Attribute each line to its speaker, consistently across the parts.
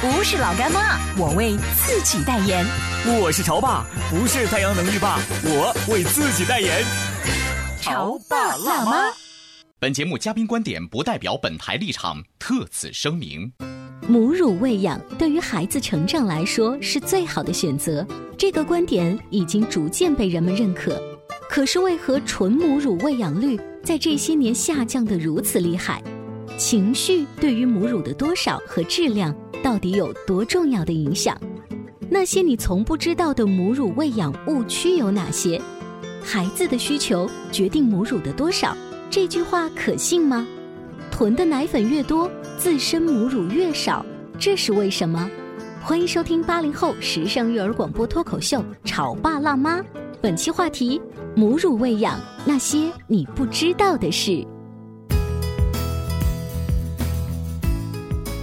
Speaker 1: 不是老干妈，我为自己代言。
Speaker 2: 我是潮爸，不是太阳能浴霸，我为自己代言。
Speaker 1: 潮爸辣妈。
Speaker 3: 本节目嘉宾观点不代表本台立场，特此声明。
Speaker 1: 母乳喂养对于孩子成长来说是最好的选择，这个观点已经逐渐被人们认可。可是，为何纯母乳喂养率在这些年下降得如此厉害？情绪对于母乳的多少和质量到底有多重要的影响？那些你从不知道的母乳喂养误区有哪些？孩子的需求决定母乳的多少，这句话可信吗？囤的奶粉越多，自身母乳越少，这是为什么？欢迎收听八零后时尚育儿广播脱口秀《潮爸辣妈》，本期话题：母乳喂养那些你不知道的事。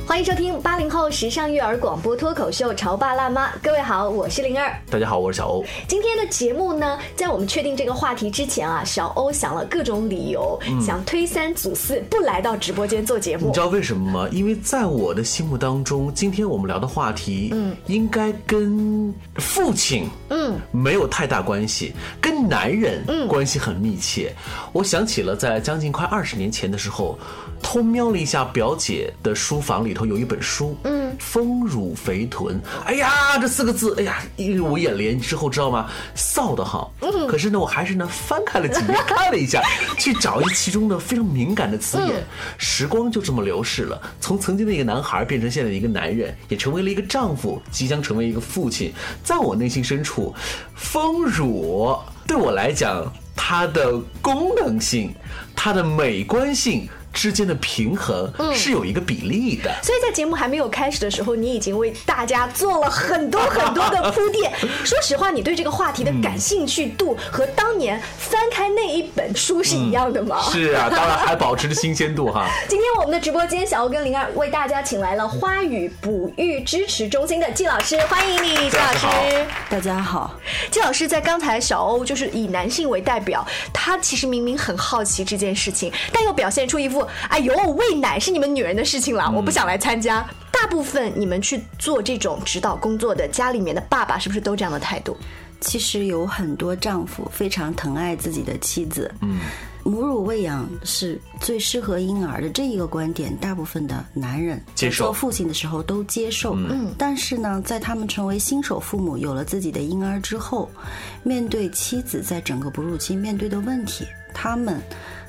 Speaker 4: 欢迎收听八零后时尚育儿广播脱口秀《潮爸辣妈》，各位好，我是灵儿。
Speaker 2: 大家好，我是小欧。
Speaker 4: 今天的节目呢，在我们确定这个话题之前啊，小欧想了各种理由，想推三阻四不来到直播间做节目
Speaker 5: 嗯你知。道为什么吗？因为在我的心目当中，今天我们聊的话题，嗯，应该跟父亲，嗯，没有太大关系，跟男人，嗯，关系很密切。我想起了在将近快二十年前的时候，偷瞄了一下表姐的书房里头有一本书，嗯，《丰乳肥臀》。哎呀，这四个字，哎呀，映入我眼帘之后，知道吗？臊得慌。嗯，可是呢，我还是呢翻开了几 页，看了一下，去找一其中的非常敏感的词眼。时光就这么流逝了，从曾经的一个男孩变成现在的一个男人，也成为了一个丈夫，即将成为一个父亲。在我内心深处，丰乳对我来讲，它的功能性、它的美观性之间的平衡是有一个比例的。
Speaker 4: 所以在节目还没有开始的时候，你已经为大家做了很多很多的铺 垫。说实话，你对这个话题的感兴趣度和当年翻开那一本书是一样的吗？
Speaker 5: 是啊，当然还保持着新鲜度哈。
Speaker 4: 今天我们的直播间，小欧跟灵儿为大家请来了花语哺育支持中心的季老师，欢迎你，季老师。
Speaker 6: 大家好，
Speaker 4: 季老师在刚才小欧就是以男性为代表，他其实明明很好奇这件事情，但又表现出一副哎呦喂奶是你们女人的事情了，我不想来参加。大部分你们去做这种指导工作的家里面的爸爸是不是都这样的态度？
Speaker 6: 其实有很多丈夫非常疼爱自己的妻子，嗯，母乳喂养是最适合婴儿的这一个观点，大部分的男人
Speaker 5: 接受
Speaker 6: 在做父亲的时候都接受，嗯，但是呢，在他们成为新手父母，有了自己的婴儿之后，面对妻子在整个哺乳期面对的问题，他们。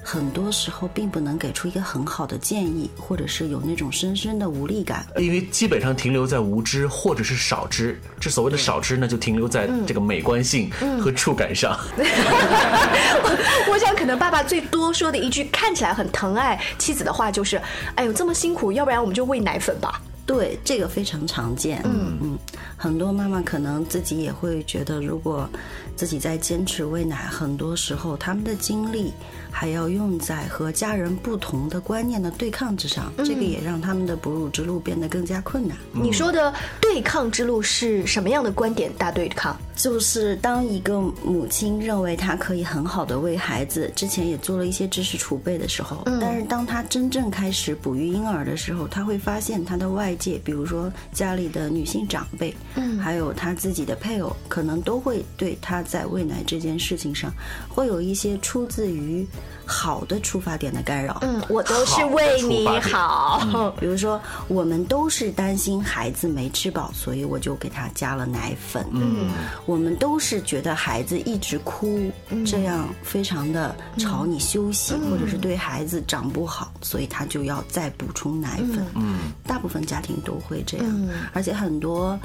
Speaker 6: 很多时候并不能给出一个很好的建议，或者是有那种深深的无力感。
Speaker 5: 因为基本上停留在无知或者是少知，这所谓的少知呢，就停留在这个美观性和触感上。
Speaker 4: 我我想可能爸爸最多说的一句看起来很疼爱妻子的话就是，哎呦这么辛苦，要不然我们就喂奶粉吧。
Speaker 6: 对，这个非常常见。嗯嗯，很多妈妈可能自己也会觉得，如果自己在坚持喂奶，很多时候他们的精力还要用在和家人不同的观念的对抗之上，这个也让他们的哺乳之路变得更加困难。
Speaker 5: 嗯
Speaker 4: 你说的对抗之路是什么样的观点？大对抗？
Speaker 6: 就是当一个母亲认为她可以很好的喂孩子，之前也做了一些知识储备的时候，但是当她真正开始哺育婴儿的时候，她会发现她的外界，比如说家里的女性长辈，嗯，还有她自己的配偶，可能都会对她在喂奶这件事情上，会有一些出自于好的出发点的干扰。
Speaker 4: 嗯，我都是为你好。
Speaker 5: 嗯
Speaker 6: 比如说，我们都是担心孩子没吃饱，所以我就给他加了奶粉。嗯，我们都是觉得孩子一直哭，这样非常的吵你休息，或者是对孩子长不好，所以他就要再补充奶粉。嗯，大部分家庭都会这样，而且很多。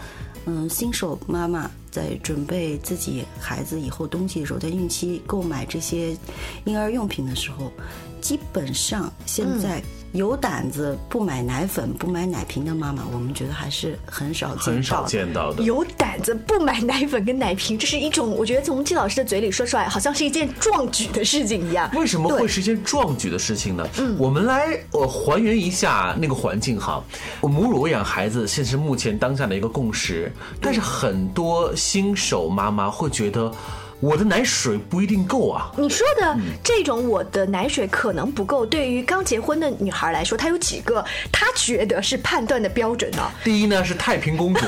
Speaker 6: 嗯，新手妈妈在准备自己孩子以后东西的时候，在孕期购买这些婴儿用品的时候，基本上现在有胆子不买奶粉、不买奶瓶的妈妈，我们觉得还是很少见到的。
Speaker 5: 很少见到的。
Speaker 4: 有胆子不买奶粉跟奶瓶，这是一种我觉得从季老师的嘴里说出来，好像是一件壮举的事情一样。
Speaker 5: 为什么
Speaker 4: 对
Speaker 5: 会是一件壮举的事情呢？我们来呃还原一下那个环境哈。母乳喂养孩子，现实目前当下的一个共识，但是很多新手妈妈会觉得，我的奶水不一定够啊。
Speaker 4: 你说的这种我的奶水可能不够，对于刚结婚的女孩来说，她有几个她觉得是判断的标准呢？
Speaker 5: 第一呢是太平公主，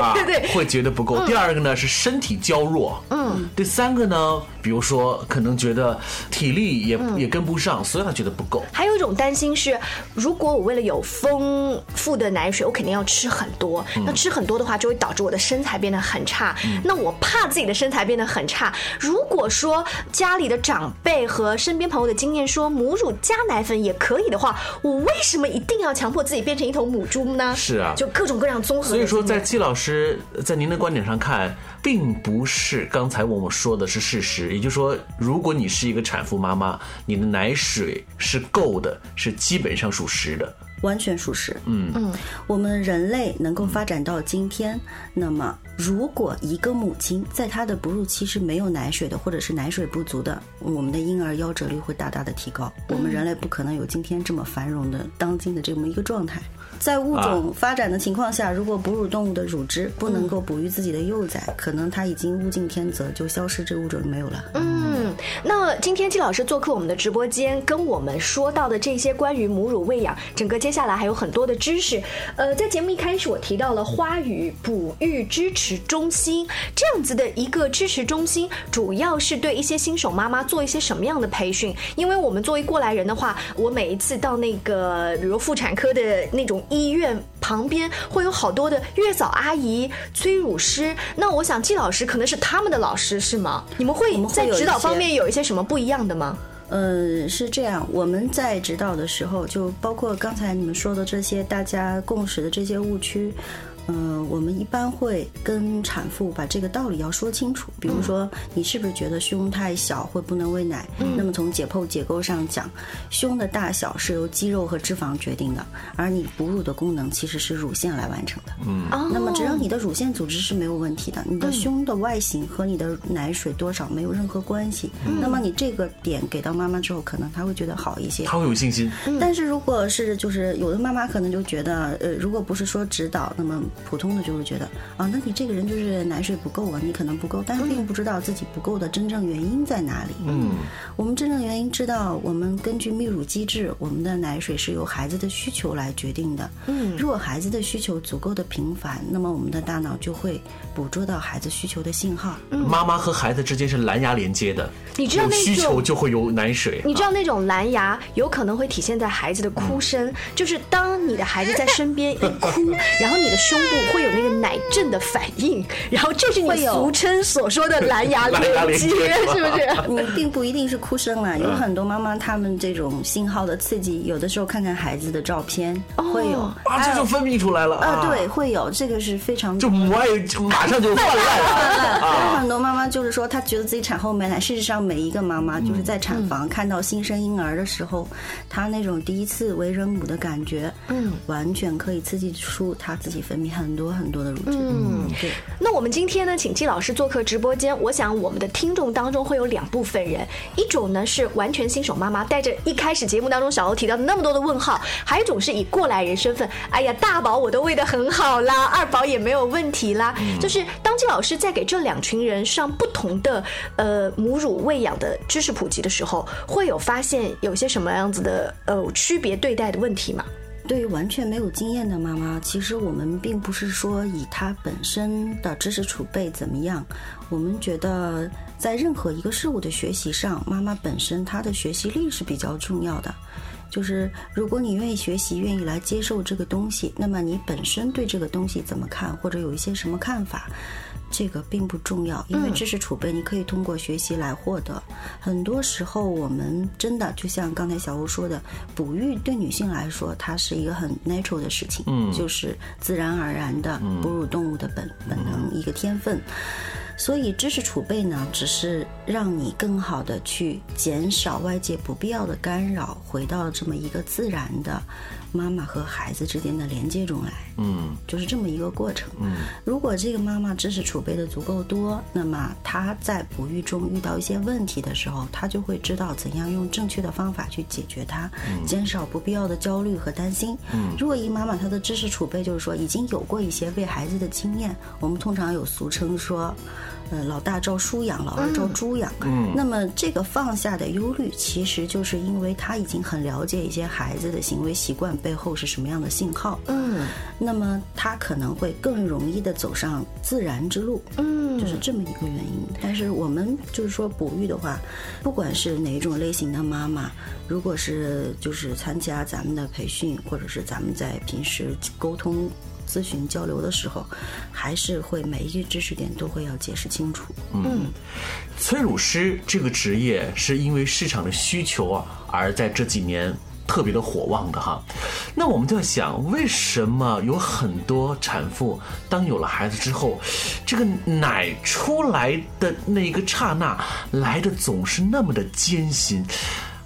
Speaker 5: 啊，
Speaker 4: 对对
Speaker 5: 会觉得不够。第二个呢是身体娇弱，嗯，第三个呢，比如说可能觉得体力也、也跟不上，所以她觉得不够。
Speaker 4: 还有一种担心是，如果我为了有丰富的奶水，我肯定要吃很多。
Speaker 5: 嗯
Speaker 4: 那吃很多的话，就会导致我的身材变得很差。那我怕自己的身材变得很差。如果说家里的长辈和身边朋友的经验说母乳加奶粉也可以的话，我为什么一定要强迫自己变成一头母猪呢？
Speaker 5: 是啊
Speaker 4: 就各种各样综合的
Speaker 5: 所
Speaker 4: 经
Speaker 5: 以
Speaker 4: 验。
Speaker 5: 说，在季老师呃在您的观点上看，并不是刚才我们说的是事实。也就是说，如果你是一个产妇妈妈，你的奶水是够的，是基本上属实的。
Speaker 6: 完全属实。嗯嗯，我们人类能够发展到今天，那么如果一个母亲在她的哺乳期是没有奶水的，或者是奶水不足的，我们的婴儿夭折率会大大的提高。我们人类不可能有今天这么繁荣的当今的这么一个状态。在物种发展的情况下，如果哺乳动物的乳汁不能够哺育自己的幼崽，可能它已经物竞天择，就消失，这个物种就没有了。
Speaker 4: 嗯，那今天季老师做客我们的直播间，跟我们说到的这些关于母乳喂养，整个接下来还有很多的知识。呃，在节目一开始我提到了花语哺育支持中心，这样子的一个支持中心，主要是对一些新手妈妈做一些什么样的培训？因为我们作为过来人的话，我每一次到那个比如妇产科的那种医院旁边，会有好多的月嫂阿姨、催乳师。那我想季老师可能是他们的老师是吗？你们会
Speaker 6: 我们会
Speaker 4: 在
Speaker 6: 有
Speaker 4: 指
Speaker 6: 一
Speaker 4: 导
Speaker 6: 些
Speaker 4: 方面有一些什么不一样的吗？
Speaker 6: 呃，是这样，我们在指导的时候，就包括刚才你们说的这些大家共识的这些误区。嗯、我们一般会跟产妇把这个道理要说清楚。比如说，你是不是觉得胸太小会不能喂奶？那么从解剖结构上讲，胸的大小是由肌肉和脂肪决定的，而你哺乳的功能其实是乳腺来完成的。
Speaker 4: 哦
Speaker 6: 那么只要你的乳腺组织是没有问题的，你的胸的外形和你的奶水多少没有任何关系。那么你这个点给到妈妈之后，可能她会觉得好一些。
Speaker 5: 她会有信心，
Speaker 4: 嗯
Speaker 6: 但是如果是就是有的妈妈可能就觉得，呃，如果不是说指导，那么普通的就会觉得啊，那你这个人就是奶水不够啊，你可能不够，但是并不知道自己不够的真正原因在哪里。嗯，我们真正原因知道，我们根据泌乳机制，我们的奶水是由孩子的需求来决定的。嗯，如果孩子的需求足够的频繁，那么我们的大脑就会捕捉到孩子需求的信号。
Speaker 5: 妈妈和孩子之间是蓝牙连接的，
Speaker 4: 嗯你知道
Speaker 5: 有
Speaker 4: 那
Speaker 5: 需求
Speaker 4: 种
Speaker 5: 就会有奶水。
Speaker 4: 你知道
Speaker 5: 啊
Speaker 4: 那种蓝牙有可能会体现在孩子的哭声，就是当你的孩子在身边一哭，然后你的胸部会有那个奶震的反应，然后这是你
Speaker 6: 会有
Speaker 4: 俗称所说的蓝牙
Speaker 5: 蓝牙
Speaker 4: 连接，
Speaker 5: 连接
Speaker 4: 是不是？
Speaker 6: 嗯，并不一定是哭声
Speaker 5: 嗯
Speaker 6: 啦，有很多妈妈她们这种信号的刺激，有的时候看看孩子的照片、会有
Speaker 5: 啊，这就分泌出来了
Speaker 6: 啊，对，，会有这个是非常
Speaker 5: 就母爱就 马上就泛滥了。啊
Speaker 6: 有很多妈妈就是说，她觉得自己产后没奶。事实上，每一个妈妈
Speaker 5: 嗯
Speaker 6: 就是在产房看到新生婴儿的时候，她那种第一次为人母的感觉，嗯，完全可以刺激出她自己分泌很多很多的乳汁。嗯，对。
Speaker 4: 那我们今天呢，请季老师做客直播间。我想我们的听众当中会有两部分人，一种呢是完全新手妈妈，带着一开始节目当中小欧提到的那么多的问号；还有一种是以过来人身份，哎呀，大宝我都喂得很好啦，二宝也没有问题啦。就是当季老师在给这两群人上不同的呃母乳喂养的知识普及的时候，会有发现有些什么样子的呃区别对待的问题吗？
Speaker 6: 对于完全没有经验的妈妈，其实我们并不是说以她本身的知识储备怎么样，我们觉得在任何一个事物的学习上，妈妈本身她的学习力是比较重要的。就是如果你愿意学习，愿意来接受这个东西，那么你本身对这个东西怎么看，或者有一些什么看法，这个并不重要，因为知识储备你可以通过学习来获得。很多时候，我们真的就像刚才小欧说的，哺育对女性来说，它是一个很 natural 的事情，
Speaker 5: 嗯
Speaker 6: 就是自然而然的哺乳动物的本、本能一个天分。所以知识储备呢，只是让你更好的去减少外界不必要的干扰，回到这么一个自然的妈妈和孩子之间的连接中来，
Speaker 5: 嗯
Speaker 6: 就是这么一个过程。
Speaker 5: 嗯，
Speaker 6: 如果这个妈妈知识储备的足够多，那么她在哺育中遇到一些问题的时候，她就会知道怎样用正确的方法去解决它，
Speaker 5: 嗯
Speaker 6: 减少不必要的焦虑和担心。如果一妈妈她的知识储备就是说已经有过一些为孩子的经验，我们通常有俗称说，呃，老大照书养，老二照猪养。
Speaker 5: 嗯
Speaker 6: 那么这个放下的忧虑，其实就是因为她已经很了解一些孩子的行为习惯背后是什么样的信号。
Speaker 4: 嗯
Speaker 6: 那么他可能会更容易的走上自然之路，
Speaker 4: 嗯
Speaker 6: 就是这么一个原因。但是我们就是说哺育的话，不管是哪一种类型的妈妈，如果是就是参加咱们的培训，或者是咱们在平时沟通。咨询交流的时候，还是会每一个知识点都会要解释清楚。
Speaker 5: 催乳师这个职业是因为市场的需求啊，而在这几年特别的火旺的哈。那我们就要想，为什么有很多产妇当有了孩子之后，这个奶出来的那一个刹那来的总是那么的艰辛？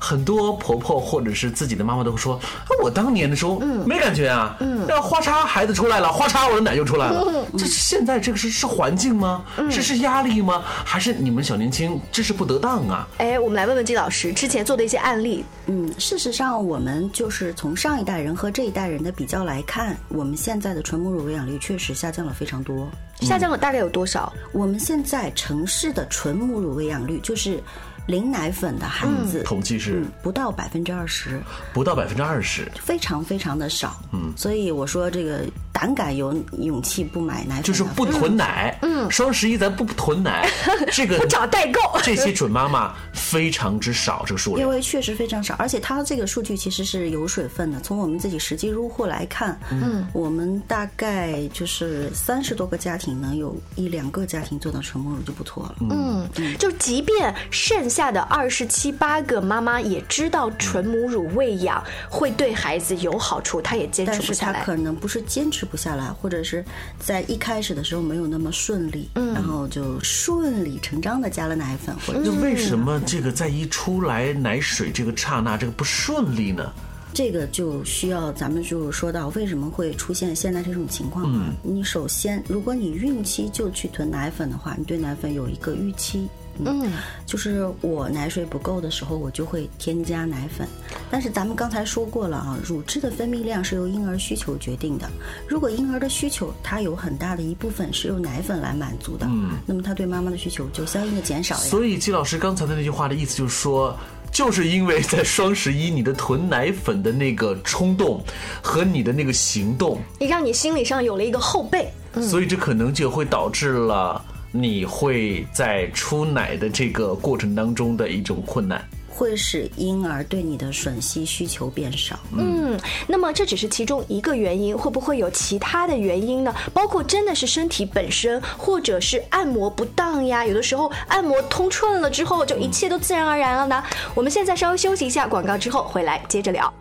Speaker 5: 很多婆婆或者是自己的妈妈都会说：“啊，我当年的时候，
Speaker 4: 嗯
Speaker 5: 没感觉啊，那花叉孩子出来了，花叉我的奶就出来了。
Speaker 4: 嗯
Speaker 5: 这是现在这个是是环境吗？这是压力吗？还是你们小年轻知识不得当啊？
Speaker 4: 哎，我们来问问季老师之前做的一些案例，
Speaker 6: 嗯，事实上，我们就是从上一代人和这一代人的比较来看，我们现在的纯母乳喂养率确实下降了非常多。
Speaker 4: 下降了大概有多少？
Speaker 6: 我们现在城市的纯母乳喂养率就是零奶粉的孩子，
Speaker 5: 统计是
Speaker 6: 嗯不到百分之二十，
Speaker 5: 不到百分之二十，
Speaker 4: 嗯
Speaker 6: 非常非常的少。嗯，所以我说这个胆敢有勇气不买奶粉的，
Speaker 5: 就是不囤奶。嗯，双十一咱不囤 奶，这个
Speaker 4: 不找代购， 嗯
Speaker 5: 这些准妈妈非常之少，这个数
Speaker 6: 因
Speaker 5: 量。
Speaker 6: 为确实非常少，而且它这个数据其实是有水分的。从我们自己实际入户来看，嗯，我们大概就是三十多个家庭，能有一两个家庭做到纯母乳就不错了。
Speaker 4: 嗯，就即便剩下的二十七八个妈妈也知道纯母乳喂养会对孩子有好处，她也坚
Speaker 6: 但
Speaker 4: 持不
Speaker 6: 是
Speaker 4: 下
Speaker 6: 他
Speaker 4: 来。
Speaker 6: 可能不是坚持不下来，或者是在一开始的时候没有那么顺利，
Speaker 4: 嗯
Speaker 6: 然后就顺理成章的加了奶粉，或者
Speaker 5: 那为什么这个在一出来奶水这个刹那，这个不顺利呢？
Speaker 6: 这个就需要咱们就说到为什么会出现现在这种情况
Speaker 5: 嗯
Speaker 6: 啊？你首先，如果你孕期就去囤奶粉的话，你对奶粉有一个预期。嗯，就是我奶水不够的时候，我就会添加奶粉。但是咱们刚才说过了啊，乳汁的分泌量是由婴儿需求决定的。如果婴儿的需求它有很大的一部分是由奶粉来满足的，嗯，那么它对妈妈的需求就相应的减少呀。
Speaker 5: 所以季老师刚才的那句话的意思就是说，就是因为在双十一你的囤奶粉的那个冲动和你的那个行动，
Speaker 4: 让你心理上有了一个后背。
Speaker 5: 所以这可能就会导致了你会在出奶的这个过程当中的一种困难。
Speaker 6: 会使婴儿对你的吮吸需求变少。
Speaker 4: 嗯，那么这只是其中一个原因，会不会有其他的原因呢？包括真的是身体本身，或者是按摩不当呀。有的时候按摩通顺了之后，就一切都自然而然了呢。我们现在稍微休息一下，广告之后回来接着聊。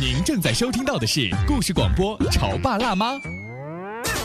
Speaker 7: 您正在收听到的是故事广播《潮爸辣妈》。
Speaker 1: 《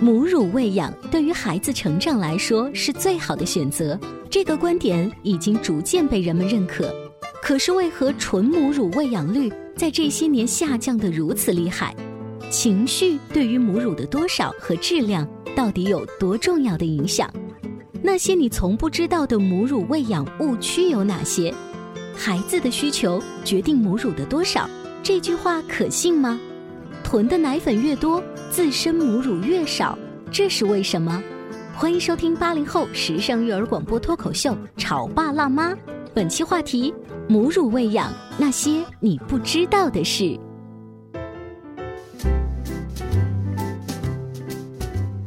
Speaker 1: 母乳喂养对于孩子成长来说是最好的选择，这个观点已经逐渐被人们认可。可是为何纯母乳喂养率在这些年下降得如此厉害？情绪对于母乳的多少和质量到底有多重要的影响？那些你从不知道的母乳喂养误区有哪些？孩子的需求决定母乳的多少，这句话可信吗？囤的奶粉越多，自身母乳越少，这是为什么？欢迎收听八零后时尚育儿广播脱口秀《潮爸辣妈》，本期话题：母乳喂养那些你不知道的事。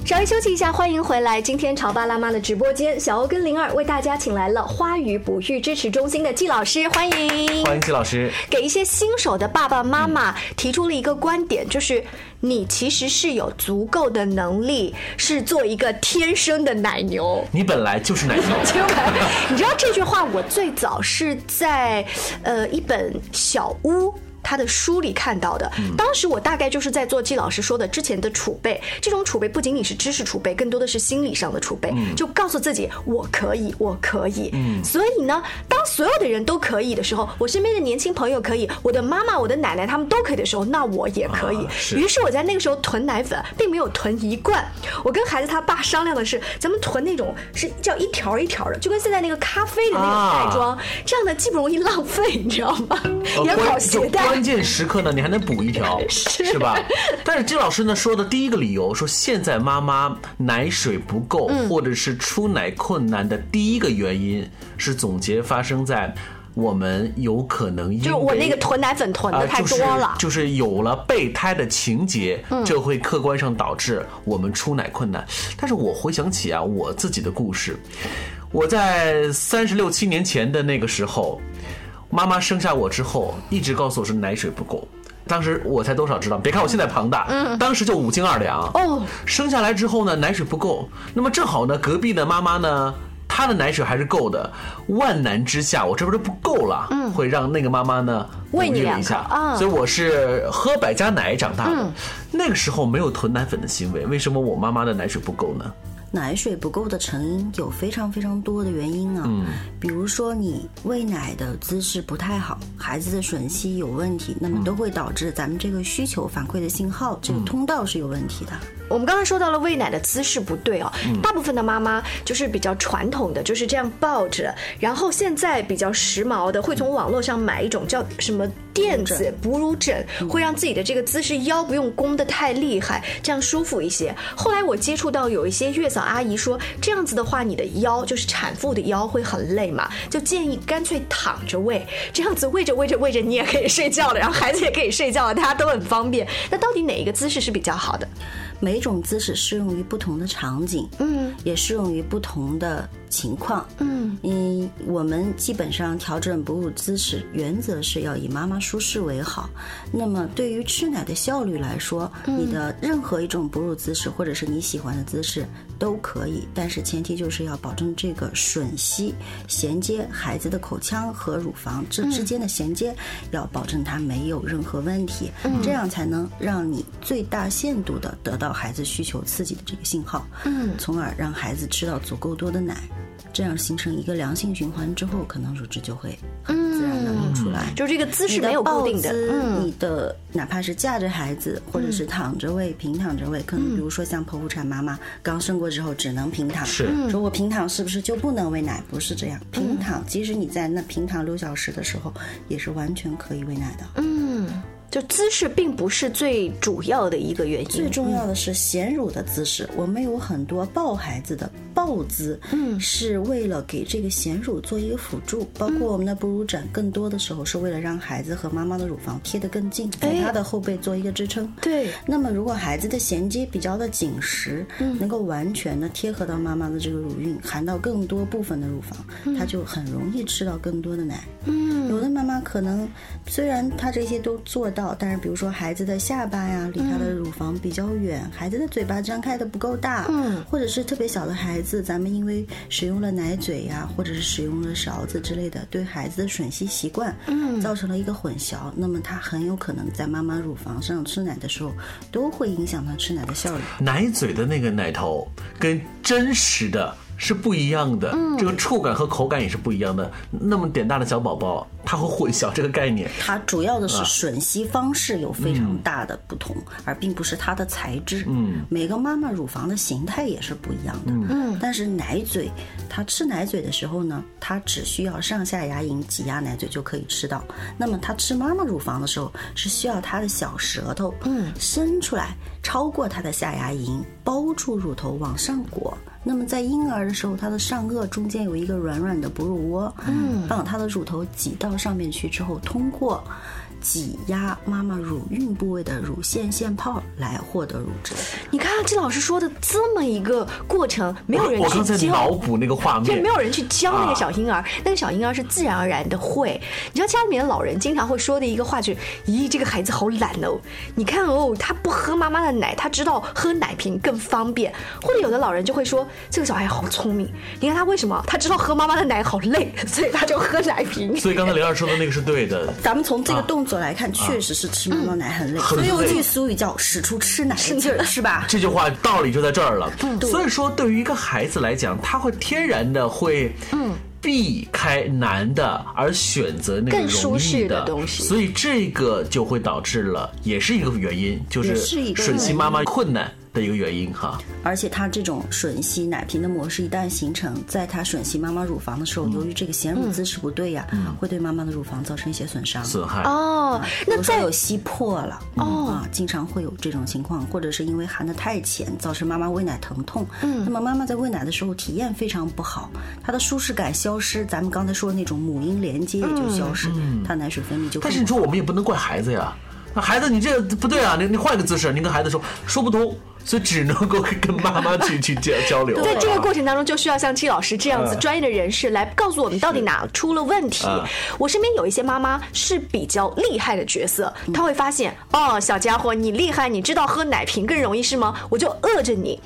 Speaker 4: 稍微休息一下，欢迎回来。今天潮爸辣妈的直播间，小欧跟灵儿为大家请来了花语哺育支持中心的季老师，欢迎。
Speaker 5: 欢迎季老师。
Speaker 4: 给一些新手的爸爸妈妈提出了一个观点，就是你其实是有足够的能力，是做一个天生的奶牛。
Speaker 5: 你本来就是奶牛，
Speaker 4: 听完，你知道这句话，我最早是在呃一本小屋。他的书里看到的，当时我大概就是在做季老师说的之前的储备。这种储备不仅仅是知识储备，更多的是心理上的储备，就告诉自己我可以，我可以。
Speaker 5: 嗯
Speaker 4: 所以呢，当所有的人都可以的时候，我身边的年轻朋友可以，我的妈妈、我的奶奶他们都可以的时候，那我也可以。
Speaker 5: 啊是
Speaker 4: 于是我在那个时候囤奶粉，并没有囤一罐。我跟孩子他爸商量的是，咱们囤那种是叫一条一条的，就跟现在那个咖啡的那种袋装，这样呢既不容易浪费，你知道吗？
Speaker 5: 呃
Speaker 4: 也好
Speaker 5: 啊关
Speaker 4: 携
Speaker 5: 就
Speaker 4: 带。
Speaker 5: 关键时刻呢，你还能补一条，
Speaker 4: 是
Speaker 5: 是吧？但是金老师呢说的第一个理由，说现在妈妈奶水不够，
Speaker 4: 嗯
Speaker 5: 或者是出奶困难的第一个原因，是总结发生在我们有可能因为
Speaker 4: 就是我那个囤奶粉囤
Speaker 5: 啊，
Speaker 4: 的太多了。嗯
Speaker 5: 就是，就是有了备胎的情节，这会客观上导致我们出奶困难。但是我回想起啊，我自己的故事，我在三十六七年前的那个时候，妈妈生下我之后，一直告诉我是奶水不够。当时我才多少知道，别看我现在庞大，当时就五斤二两
Speaker 4: 嗯哦。
Speaker 5: 生下来之后呢，奶水不够，那么正好呢，隔壁的妈妈呢。她的奶水还是够的，万难之下，我这不是不够了，会让那个妈妈呢
Speaker 4: 嗯喂你
Speaker 5: 哺育
Speaker 4: 两
Speaker 5: 一下
Speaker 4: 口啊嗯
Speaker 5: 所以我是喝百家奶长大的，那个时候没有囤奶粉的行为，为什么我妈妈的奶水不够呢？
Speaker 6: 奶水不够的成因有非常非常多的原因啊，比如说你喂奶的姿势不太好，孩子的吮吸有问题，那么都会导致咱们这个需求反馈的信号这个通道是有问题的。
Speaker 4: 我们刚才说到了喂奶的姿势不对哦，大部分的妈妈就是比较传统的，就是这样抱着。然后现在比较时髦的，会从网络上买一种叫什么垫子哺乳嗯枕，嗯会让自己的这个姿势腰不用弓得太厉害，这样舒服一些。后来我接触到有一些月嫂阿姨说，这样子的话，你的腰就是产妇的腰会很累嘛，就建议干脆躺着喂，这样子喂着喂着喂着你也可以睡觉了，然后孩子也可以睡觉了，大家都很方便。那到底哪一个姿势是比较好的？
Speaker 6: 每一种姿势适用于不同的场景，
Speaker 4: 嗯，
Speaker 6: 也适用于不同的情况，
Speaker 4: 嗯
Speaker 6: 嗯，我们基本上调整哺乳姿势，原则是要以妈妈舒适为好。那么对于吃奶的效率来说，你的任何一种哺乳姿势，或者是你喜欢的姿势都可以，但是前提就是要保证这个吮吸衔接孩子的口腔和乳房这之间的衔接，要保证它没有任何问题，这样才能让你最大限度的得到孩子需求刺激的这个信号，嗯，从而让孩子吃到足够多的奶。这样形成一个良性循环之后，可能乳汁就会很自然的流出来。
Speaker 4: 就是这个姿
Speaker 6: 你
Speaker 4: 势
Speaker 6: 的
Speaker 4: 没有
Speaker 6: 抱
Speaker 4: 固定的，
Speaker 6: 姿
Speaker 4: 嗯
Speaker 6: 你的哪怕是架着孩子，或者是躺着喂、平躺着喂，
Speaker 4: 嗯
Speaker 6: 可能比如说像剖腹产妈妈刚生过之后只能平躺，
Speaker 5: 是
Speaker 4: 嗯
Speaker 6: 说我平躺是不是就不能喂奶？不是这样，平躺即使你在那平躺六小时的时候，也是完全可以喂奶的。
Speaker 4: 嗯，就姿势并不是最主要的一个原因。
Speaker 6: 最
Speaker 4: 嗯
Speaker 6: 重要的是衔乳的姿势，我们有很多抱孩子的抱姿，嗯，是为了给这个衔乳做一个辅助，包
Speaker 4: 嗯
Speaker 6: 括我们的哺乳枕，更多的时候是为了让孩子和妈妈的乳房贴得更近，给
Speaker 4: 哎
Speaker 6: 他的后背做一个支撑。
Speaker 4: 对
Speaker 6: 那么，如果孩子的衔接比较的紧实，
Speaker 4: 嗯
Speaker 6: 能够完全的贴
Speaker 4: 嗯
Speaker 6: 合到妈妈的这个乳晕，含到更多部分的乳房，他就很容易吃到更多的奶。嗯，有的妈妈可能虽然她这些都做到，但是比如说孩子的下巴呀、离她的乳房比较远，孩子的嘴巴张开的不够大，嗯，或者是特别小的孩子，咱们因为使用了奶嘴呀，或者是使用了勺子之类的，对孩子的吮吸习惯，嗯，造成了一个混淆，那么他很有可能在妈妈乳房上吃奶的时候，都会影响他吃奶的效率。
Speaker 5: 奶嘴的那个奶头跟真实的是不一样的，
Speaker 4: 嗯
Speaker 5: 这个触感和口感也是不一样的。那么点大的小宝宝，他会混淆这个概念。
Speaker 6: 它主要的是吮吸方式有非常大的不同，而并不是它的材质。
Speaker 5: 嗯，
Speaker 6: 每个妈妈乳房的形态也是不一样的。嗯，但是奶嘴，她吃奶嘴的时候呢，她只需要上下牙龈挤压奶嘴就可以吃到。那么她吃妈妈乳房的时候，是需要她的小舌头，嗯，伸出来超过她的下牙龈，包住乳头往上裹。那么在婴儿的时候，他的上颚中间有一个软软的哺乳窝，嗯，把他的乳头挤到上面去之后，通过挤压妈妈乳晕部位的乳腺腺泡来获得乳汁。
Speaker 4: 你看这老师说的这么一个过程，没有人
Speaker 5: 我
Speaker 4: 去
Speaker 5: 刚才
Speaker 4: 教
Speaker 5: 脑。补那个画
Speaker 4: 对，
Speaker 5: 面，
Speaker 4: 没有人去教那
Speaker 5: 啊
Speaker 4: 个小婴儿，那个小婴儿是自然而然的会。你知道家里面的老人经常会说的一个话就是：“咦，这个孩子好懒哦，你看哦，他不喝妈妈的奶，他知道喝奶瓶更方便。”或者有的老人就会说：“这个小孩好聪明，你看他为什么？他知道喝妈妈的奶好累，所以他就喝奶瓶。”
Speaker 5: 所以刚才刘二说的那个是对的。
Speaker 6: 咱们从这个动作来看，确实是吃妈妈奶啊很累，
Speaker 5: 很
Speaker 6: 所以有
Speaker 5: 累
Speaker 6: 句俗语叫“使出吃奶的劲儿”，是吧？
Speaker 5: 这句话道理就在这儿了。所以说，对于一个孩子来讲，他会天然的会嗯。避开难的，而选择那个
Speaker 4: 更舒
Speaker 5: 容易
Speaker 4: 适的东西
Speaker 5: 所以这个就会导致了，也是一个原因，就是
Speaker 6: 也是一个
Speaker 5: 吮吸
Speaker 6: 原
Speaker 5: 妈妈困难的一个原因哈。
Speaker 6: 而且它这种吮吸奶瓶的模式一旦形成，在它吮吸妈妈乳房的时候，由于这个衔乳姿势不对呀、会对妈妈的乳房造成一些损伤。
Speaker 5: 损害
Speaker 4: 哦，那
Speaker 6: 有时
Speaker 4: 在
Speaker 6: 候有吸破了，哦、啊，经常会有这种情况，或者是因为含的太浅，造成妈妈喂奶疼痛。嗯，那么妈妈在喂奶的时候体验非常不好，她的舒适感消失，咱们刚才说的那种母婴连接也就消失，她奶水分泌就更
Speaker 5: 但是你说我们也不能怪孩子呀，那孩子你这不对啊，你你换个姿势，你跟孩子说说不通，所以只能够跟妈妈去去交交流。
Speaker 4: 在这个过程当中，就需要像季老师这样子专业的人士来告诉我们到底哪出了问题
Speaker 5: 啊。
Speaker 4: 我身边有一些妈妈是比较厉害的角色，她会发现哦，小家伙你厉害，你知道喝奶瓶更容易是吗？我就饿着你。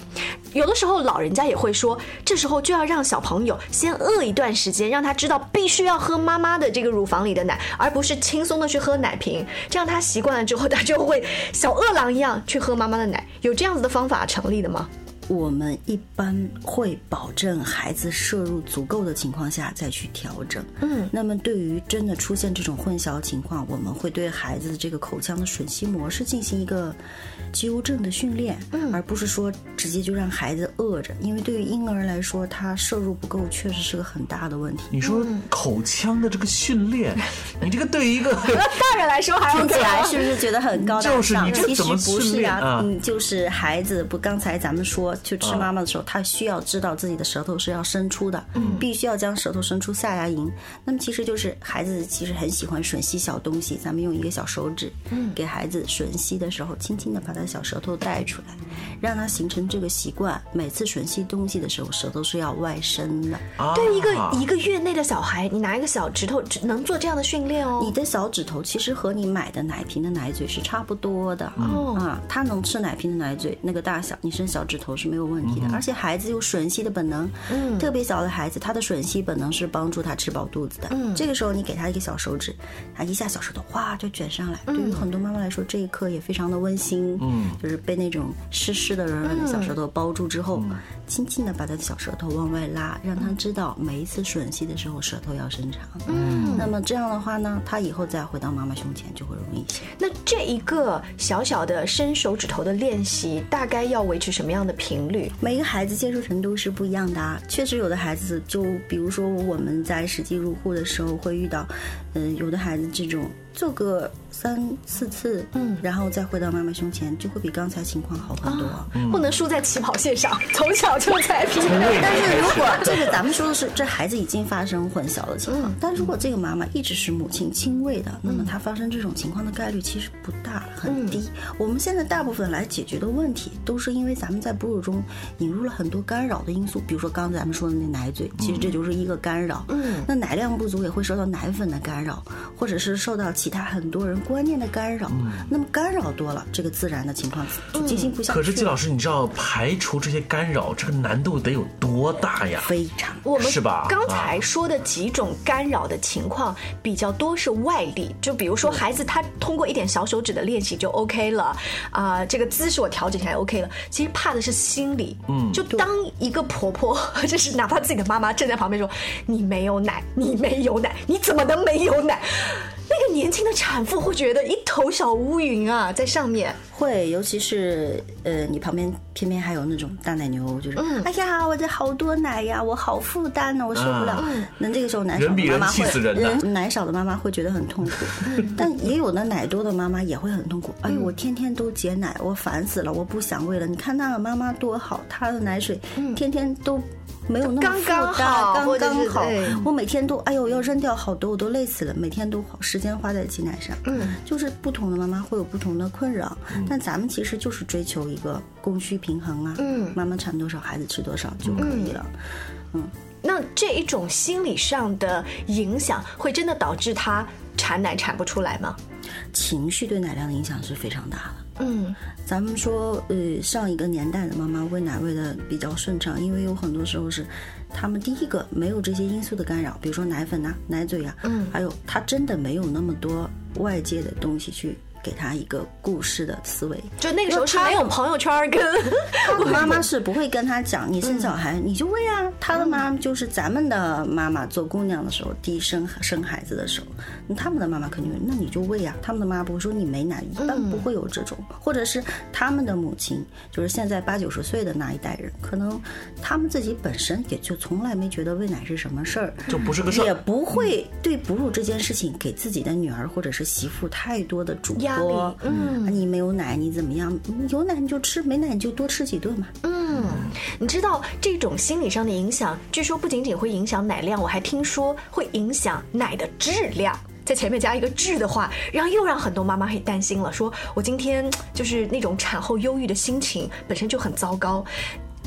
Speaker 4: 有的时候老人家也会说，这时候就要让小朋友先饿一段时间，让他知道必须要喝妈妈的这个乳房里的奶，而不是轻松的去喝奶瓶。这样他习惯了之后，他就会小饿狼一样去喝妈妈的奶。有这样子的方法成立的吗？
Speaker 6: 我们一般会保证孩子摄入足够的情况下再去调整。嗯，那么对于真的出现这种混淆情况，我们会对孩子的这个口腔的吮吸模式进行一个纠正的训练，嗯，而不是说直接就让孩子饿着，因为对于婴儿来说，他摄入不够确实是个很大的问题。
Speaker 5: 你说
Speaker 4: 嗯
Speaker 5: 口腔的这个 训练，你这个对于一个
Speaker 4: 大人来说还
Speaker 6: 听
Speaker 4: OK
Speaker 6: 起来
Speaker 4: 啊。
Speaker 6: 是不是觉得很高
Speaker 5: 就
Speaker 6: 大上？
Speaker 5: 是你这
Speaker 6: 其实
Speaker 5: 怎么
Speaker 6: 不
Speaker 5: 训
Speaker 6: 是
Speaker 5: 练啊
Speaker 6: 啊，嗯，就是孩子不，刚才咱们说去吃妈妈的时候，他需要知道自己的舌头是要伸出的，
Speaker 5: 嗯
Speaker 6: 必须要将舌头伸出下牙龈。那么其实就是孩子其实很喜欢吮吸小东西，咱们用一个小手指，
Speaker 5: 嗯
Speaker 6: 给孩子吮吸的时候，轻轻的把他的小舌头带出来，让他形成这个习惯。每次吮吸东西的时候，舌头是要外伸的。
Speaker 5: 啊
Speaker 4: 对于一个一个月内的小孩，你拿一个小指头只能做这样的训练
Speaker 6: 你
Speaker 4: 哦。
Speaker 6: 的小指头其实和你买的奶瓶的奶嘴是差不多的、啊，他能吃奶瓶的奶嘴那个大小，你伸小指头是没有问题的。而且孩子有吮吸的本能，特别小的孩子他的吮吸本能是帮助他吃饱肚子的。这个时候你给他一个小手指，他一下小舌头哗就卷上来。对于很多妈妈来说，这一刻也非常的温馨，嗯，就是被那种湿湿的软软的小舌头包住之后，轻轻的把他的小舌头往外拉，让他知道每一次吮吸的时候舌头要伸长。那么这样的话呢，他以后再回到妈妈胸前就会容易一些。
Speaker 4: 那这一个小小的伸手指头的练习，大概要维持什么样的频率？
Speaker 6: 每个孩子接受程度是不一样的啊，确实有的孩子呃就比如说我们在实际入户的时候会遇到，嗯、有的孩子这种做个三四次，嗯，然后再回到妈妈胸前，就会比刚才情况好很多。
Speaker 4: 不能输在起跑线上，从小就在拼。
Speaker 6: 但是如果这个咱们说的是这孩子已经发生混淆的情况，但如果这个妈妈一直是母亲亲喂的，那么她发生这种情况的概率其实不大，很低。我们现在大部分来解决的问题，都是因为咱们在哺乳中引入了很多干扰的因素，比如说刚才咱们说的那奶嘴，其实这就是一个干扰。嗯，那奶量不足也会受到奶粉的干扰，或者是受到其他很多人观念的干扰。那么干扰多了，这个自然的情况就进行不下
Speaker 5: 可
Speaker 6: 去了。
Speaker 5: 是季老师，你知道排除这些干扰，这个难度得有多大呀？
Speaker 6: 非常
Speaker 4: 我们
Speaker 5: 是吧啊
Speaker 4: 刚才说的几种干扰的情况比较多是外力，就比如说孩子他通过一点小手指的练习就 OK 了，啊、这个姿势我调整一下也 OK 了。其实怕的是心理，嗯，就当一个婆婆， 就是哪怕自己的妈妈站在旁边说你没有奶，你没有奶，你怎么能没有奶？那个年轻的产妇会觉得一头小乌云啊，在上面。
Speaker 6: 会，尤其是呃，你旁边偏偏还有那种大奶牛，就是、
Speaker 4: 嗯
Speaker 6: 哎呀，我这好多奶呀，我好负担呢、我受不
Speaker 4: 啊
Speaker 6: 了。那这个时候奶少
Speaker 5: 人
Speaker 6: 的
Speaker 5: 比
Speaker 6: 妈
Speaker 5: 人
Speaker 6: 妈
Speaker 5: 气
Speaker 6: 会，
Speaker 5: 死人呐
Speaker 6: 奶少的妈妈会觉得很痛苦，
Speaker 4: 嗯
Speaker 6: 但也有的奶多的妈妈也会很痛苦。哎呦，我天天都挤奶，我烦死了，我不想喂了。你看那个妈妈多好，她的奶水天天都。没有那么
Speaker 4: 嗯刚刚
Speaker 6: 负担
Speaker 4: 好或者
Speaker 6: 刚刚
Speaker 4: 是
Speaker 6: 好
Speaker 4: 对。
Speaker 6: 我每天都，哎呦，要扔掉好多，我都累死了。每天都花时间花在挤奶上，嗯，就是不同的妈妈会有不同的困扰，但咱们其实就是追求一个供需平衡啊，嗯，妈妈产多少，孩子吃多少就可以了。
Speaker 4: 那这一种心理上的影响，会真的导致他产奶产不出来吗？
Speaker 6: 情绪对奶量的影响是非常大的。
Speaker 4: 嗯
Speaker 6: 咱们说，呃，上一个年代的妈妈喂奶喂的比较顺畅，因为有很多时候是，他们第一个没有这些因素的干扰，比如说奶粉呐、奶嘴呀、嗯，还有她真的没有那么多外界的东西去给她一个故事的思维。，
Speaker 4: 就那个时候是没有朋友圈儿跟，
Speaker 6: 妈妈是不会跟他讲，你生小孩你就喂啊。他的妈
Speaker 5: 嗯
Speaker 6: 妈就是咱们的妈妈，做姑娘的时候，第一生生孩子的时候，那他们的妈妈肯定会，那你就喂啊。他们的妈妈不会说你没奶，一般不会有这种，或者是他们的母亲，就是现在八九十岁的那一代人，可能他们自己本身也就从来没觉得喂奶是什么事儿，
Speaker 5: 这不是个事
Speaker 6: 也
Speaker 5: 儿。
Speaker 6: 不会对哺乳这件事情给自己的女儿或者是媳妇太多的嘱
Speaker 4: 压
Speaker 6: 托
Speaker 4: 力。
Speaker 6: 嗯，你没有奶你怎么样？有奶你就吃，没奶你就多吃几顿嘛。
Speaker 4: 你知道这种心理上的影响，据说不仅仅会影响奶量，我还听说会影响奶的质量。在前面加一个质的话，然后又让很多妈妈很担心了，说我今天就是那种产后忧郁的心情本身就很糟糕。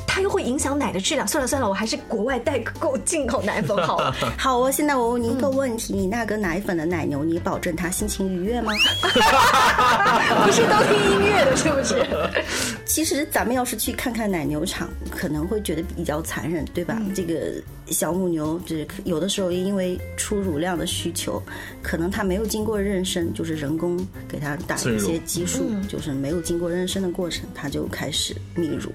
Speaker 4: 它又会影响奶的质量。算了算了，我还是国外代购进口奶粉好了。
Speaker 6: 好哦，现在我问你一个问题：你那个奶粉的奶牛，你保证它心情愉悦吗？
Speaker 4: 不是都听音乐的，是不是？
Speaker 6: 其实咱们要是去看看奶牛场，可能会觉得比较残忍，对吧？
Speaker 4: 嗯
Speaker 6: 这个小母牛就是有的时候因为出乳量的需求，可能它没有经过妊娠，就是人工给它打
Speaker 5: 催
Speaker 6: 一
Speaker 5: 乳
Speaker 6: 些激素，就是没有经过妊娠的过程，它就开始泌乳，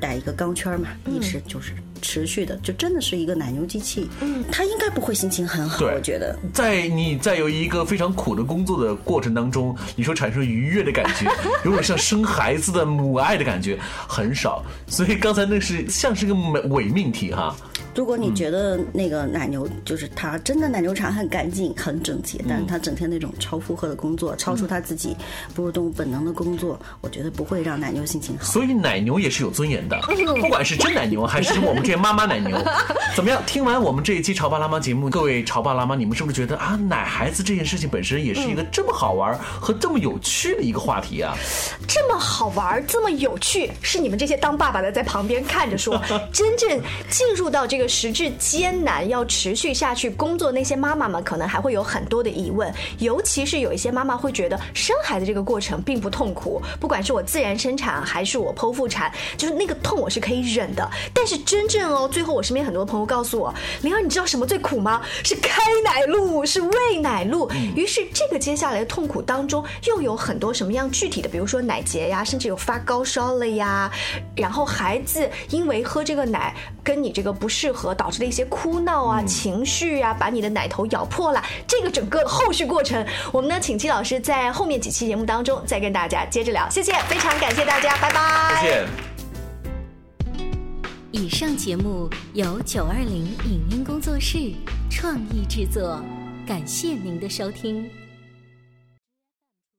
Speaker 6: 带一个钢圈嘛，一直就是持续的，就真的是一个奶牛机器。嗯，它应该不会心情很好，
Speaker 5: 对
Speaker 6: 我觉得。
Speaker 5: 在你在有一个非常苦的工作的过程当中，你说产生愉悦的感觉， 有种像生孩子的母爱的感觉，很少。所以刚才那是像是个伪伪命题哈。
Speaker 6: 如果你觉得那个奶牛就是它真的奶牛场很干净、很整洁，但是它整天那种超负荷的工作，超出它自己哺乳动物本能的工作，我觉得不会让奶牛心情好。
Speaker 5: 所以奶牛也是有尊严的，不管是真奶牛还是我们这些妈妈奶牛，怎么样？听完我们这一期潮爸辣妈节目，各位潮爸辣妈，你们是不是觉得啊，奶孩子这件事情本身也是一个这么好玩和这么有趣的一个话题啊？
Speaker 4: 这么好玩儿，这么有趣，是你们这些当爸爸的在旁边看着说。真正进入到这个实质艰难、要持续下去工作，那些妈妈们可能还会有很多的疑问，尤其是有一些妈妈会觉得生孩子这个过程并不痛苦，不管是我自然生产还是我剖腹产，就是那个痛我是可以忍的。但是真正哦，最后我身边很多朋友告诉我，灵儿，你知道什么最苦吗？是开奶路，是喂奶路。于是这个接下来的痛苦当中，又有很多什么样具体的，比如说奶结呀，甚至有发高烧了呀，然后孩子因为喝这个奶跟你这个不适合，导致的一些哭闹啊、情绪啊，把你的奶头咬破了。这个整个后续过程，我们呢请季老师在后面几期节目当中再跟大家接着聊。谢谢，非常感谢大家，拜拜。
Speaker 5: 再见。
Speaker 1: 以上节目由九二零影音工作室创意制作，感谢您的收听。